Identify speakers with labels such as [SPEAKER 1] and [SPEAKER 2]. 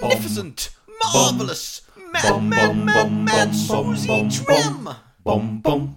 [SPEAKER 1] magnificent, marvelous, mad, mad, mad, mad Susie Trim.
[SPEAKER 2] Bum bum.